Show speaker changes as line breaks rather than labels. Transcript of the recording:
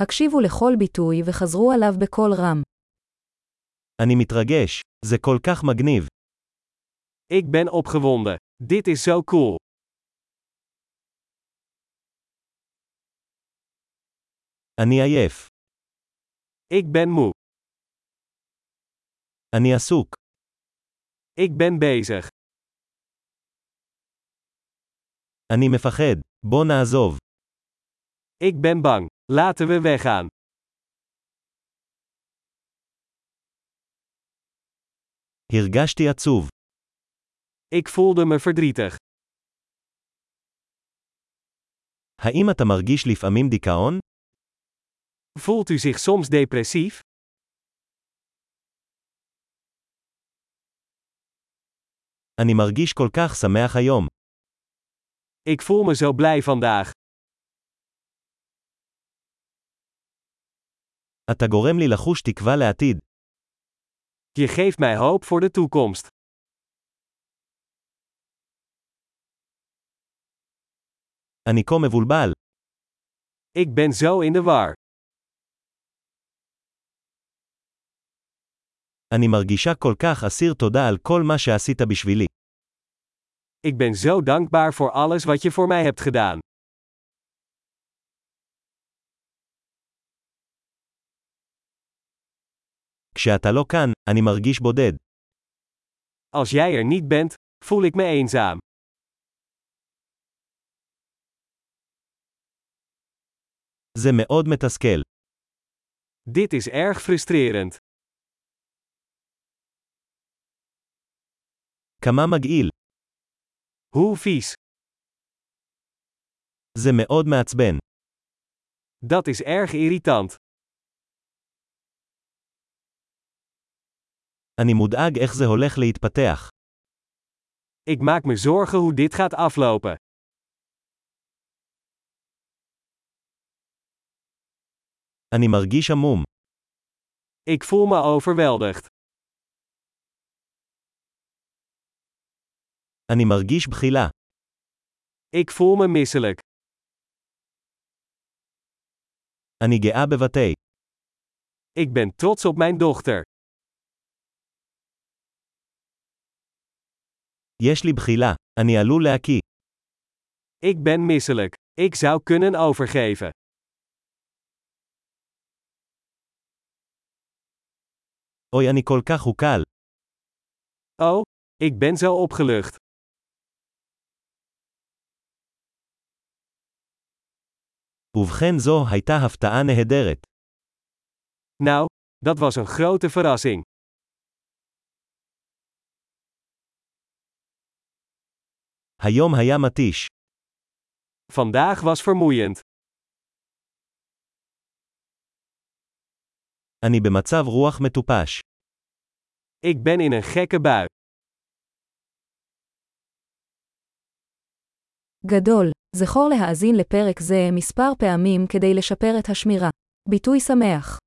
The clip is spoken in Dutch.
הקשיבו לכל ביטוי וחזרו עליו בקול רם.
אני מתרגש, זה כל כך מגניב.
Ik ben opgewonden. Dit is zo cool.
אני עייף.
Ik ben moe.
אני עסוק.
Ik ben bezig.
אני מפחד. בוא נעזוב.
Ik ben bang. Laten we weggaan.
הרגשתי עצוב.
Ik voelde me verdrietig.
האם אתה מרגיש לפעמים דיכאון?
Voelt u zich soms depressief?
אני מרגיש כל כך שמח היום.
Ik voel me zo blij vandaag.
אתה גורם לי לחוש תקווה לעתיד.
Je geeft mij hoop voor de toekomst.
אני כה מבולבל.
Ik ben zo in de war.
אני מרגישה כל כך אסיר תודה על כל מה שעשית בשבילי.
Ik ben zo dankbaar voor alles wat je voor mij hebt gedaan.
כשאתה לא כאן, אני מרגיש בודד.
Als jij er niet bent, voel ik me eenzaam.
זה מאוד מתסכל.
Dit is erg frustrerend.
כמה מגעיל.
Hoe vies.
זה מאוד מעצבן.
Dat is erg irritant.
אני מודאג איך זה הולך להתפתח.
Ik maak me zorgen hoe dit gaat aflopen.
אני מרגיש עמום.
Ik voel me overweldigd.
אני מרגיש בחילה.
Ik voel me misselijk.
אני גאה בבתי.
Ik ben trots op mijn dochter.
יש לי בחילה. אני עלול להקיא.
Ik ben misselijk. Ik zou kunnen overgeven.
אוי, אני כל כך הוקל.
Oh, ik ben zo opgelucht.
ובכן זו הייתה הפתעה נהדרת.
Nou, dat was een grote verrassing.
היום היה מתיש.
Vandaag was vermoeiend.
אני במצב רוח מטופש.
Ik ben in een gekke bui.
גדול, זכור להאזין לפרק זה מספר פעמים כדי לשפר את השמירה. ביטוי שמח